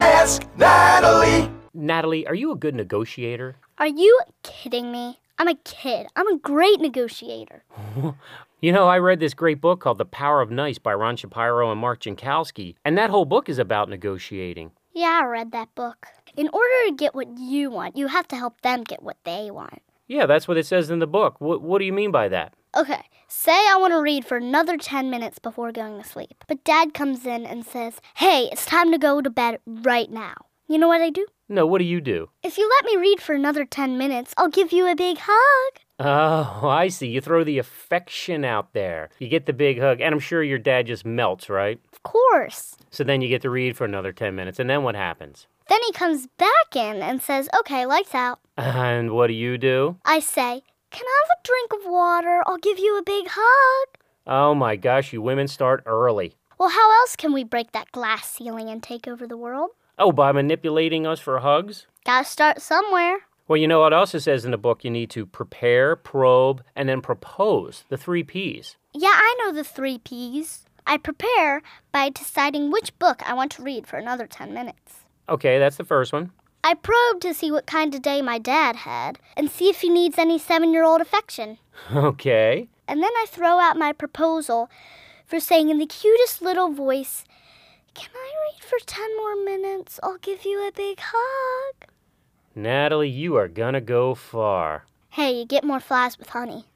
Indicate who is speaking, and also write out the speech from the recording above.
Speaker 1: Ask Natalie.
Speaker 2: Natalie, are you a good negotiator?
Speaker 3: Are you kidding me? I'm a kid. I'm a great negotiator.
Speaker 2: You know, I read this great book called The Power of Nice by Ron Shapiro and Mark Jankowski, and that whole book is about negotiating.
Speaker 3: Yeah, I read that book. In order to get what you want, you have to help them get what they want.
Speaker 2: Yeah, that's what it says in the book. What, what do you mean by that?
Speaker 3: Okay, say I want to read for another 10 minutes before going to sleep. But dad comes in and says, Hey, it's time to go to bed right now. You know what I do?
Speaker 2: No, what do you do?
Speaker 3: If you let me read for another 10 minutes, I'll give you a big hug.
Speaker 2: Oh, I see. You throw the affection out there. You get the big hug, and I'm sure your dad just melts, right?
Speaker 3: Of course.
Speaker 2: So then you get to read for another 10 minutes, and then what happens?
Speaker 3: Then he comes back in and says, Okay, lights out.
Speaker 2: And what do you do?
Speaker 3: I say, Can I have a drink of water? I'll give you a big hug.
Speaker 2: Oh my gosh, you women start early.
Speaker 3: Well, how else can we break that glass ceiling and take over the world?
Speaker 2: Oh, by manipulating us for hugs?
Speaker 3: Gotta start somewhere.
Speaker 2: Well, you know what also says in the book you need to prepare, probe, and then propose the three P's.
Speaker 3: Yeah, I know the three P's. I prepare by deciding which book I want to read for another 10 minutes.
Speaker 2: Okay, that's the first one.
Speaker 3: I probe to see what kind of day my dad had and see if he needs any seven year old affection.
Speaker 2: Okay.
Speaker 3: And then I throw out my proposal for saying in the cutest little voice, Can I read for 10 more minutes? I'll give you a big hug.
Speaker 2: Natalie, you are gonna go far.
Speaker 3: Hey, you get more flies with honey.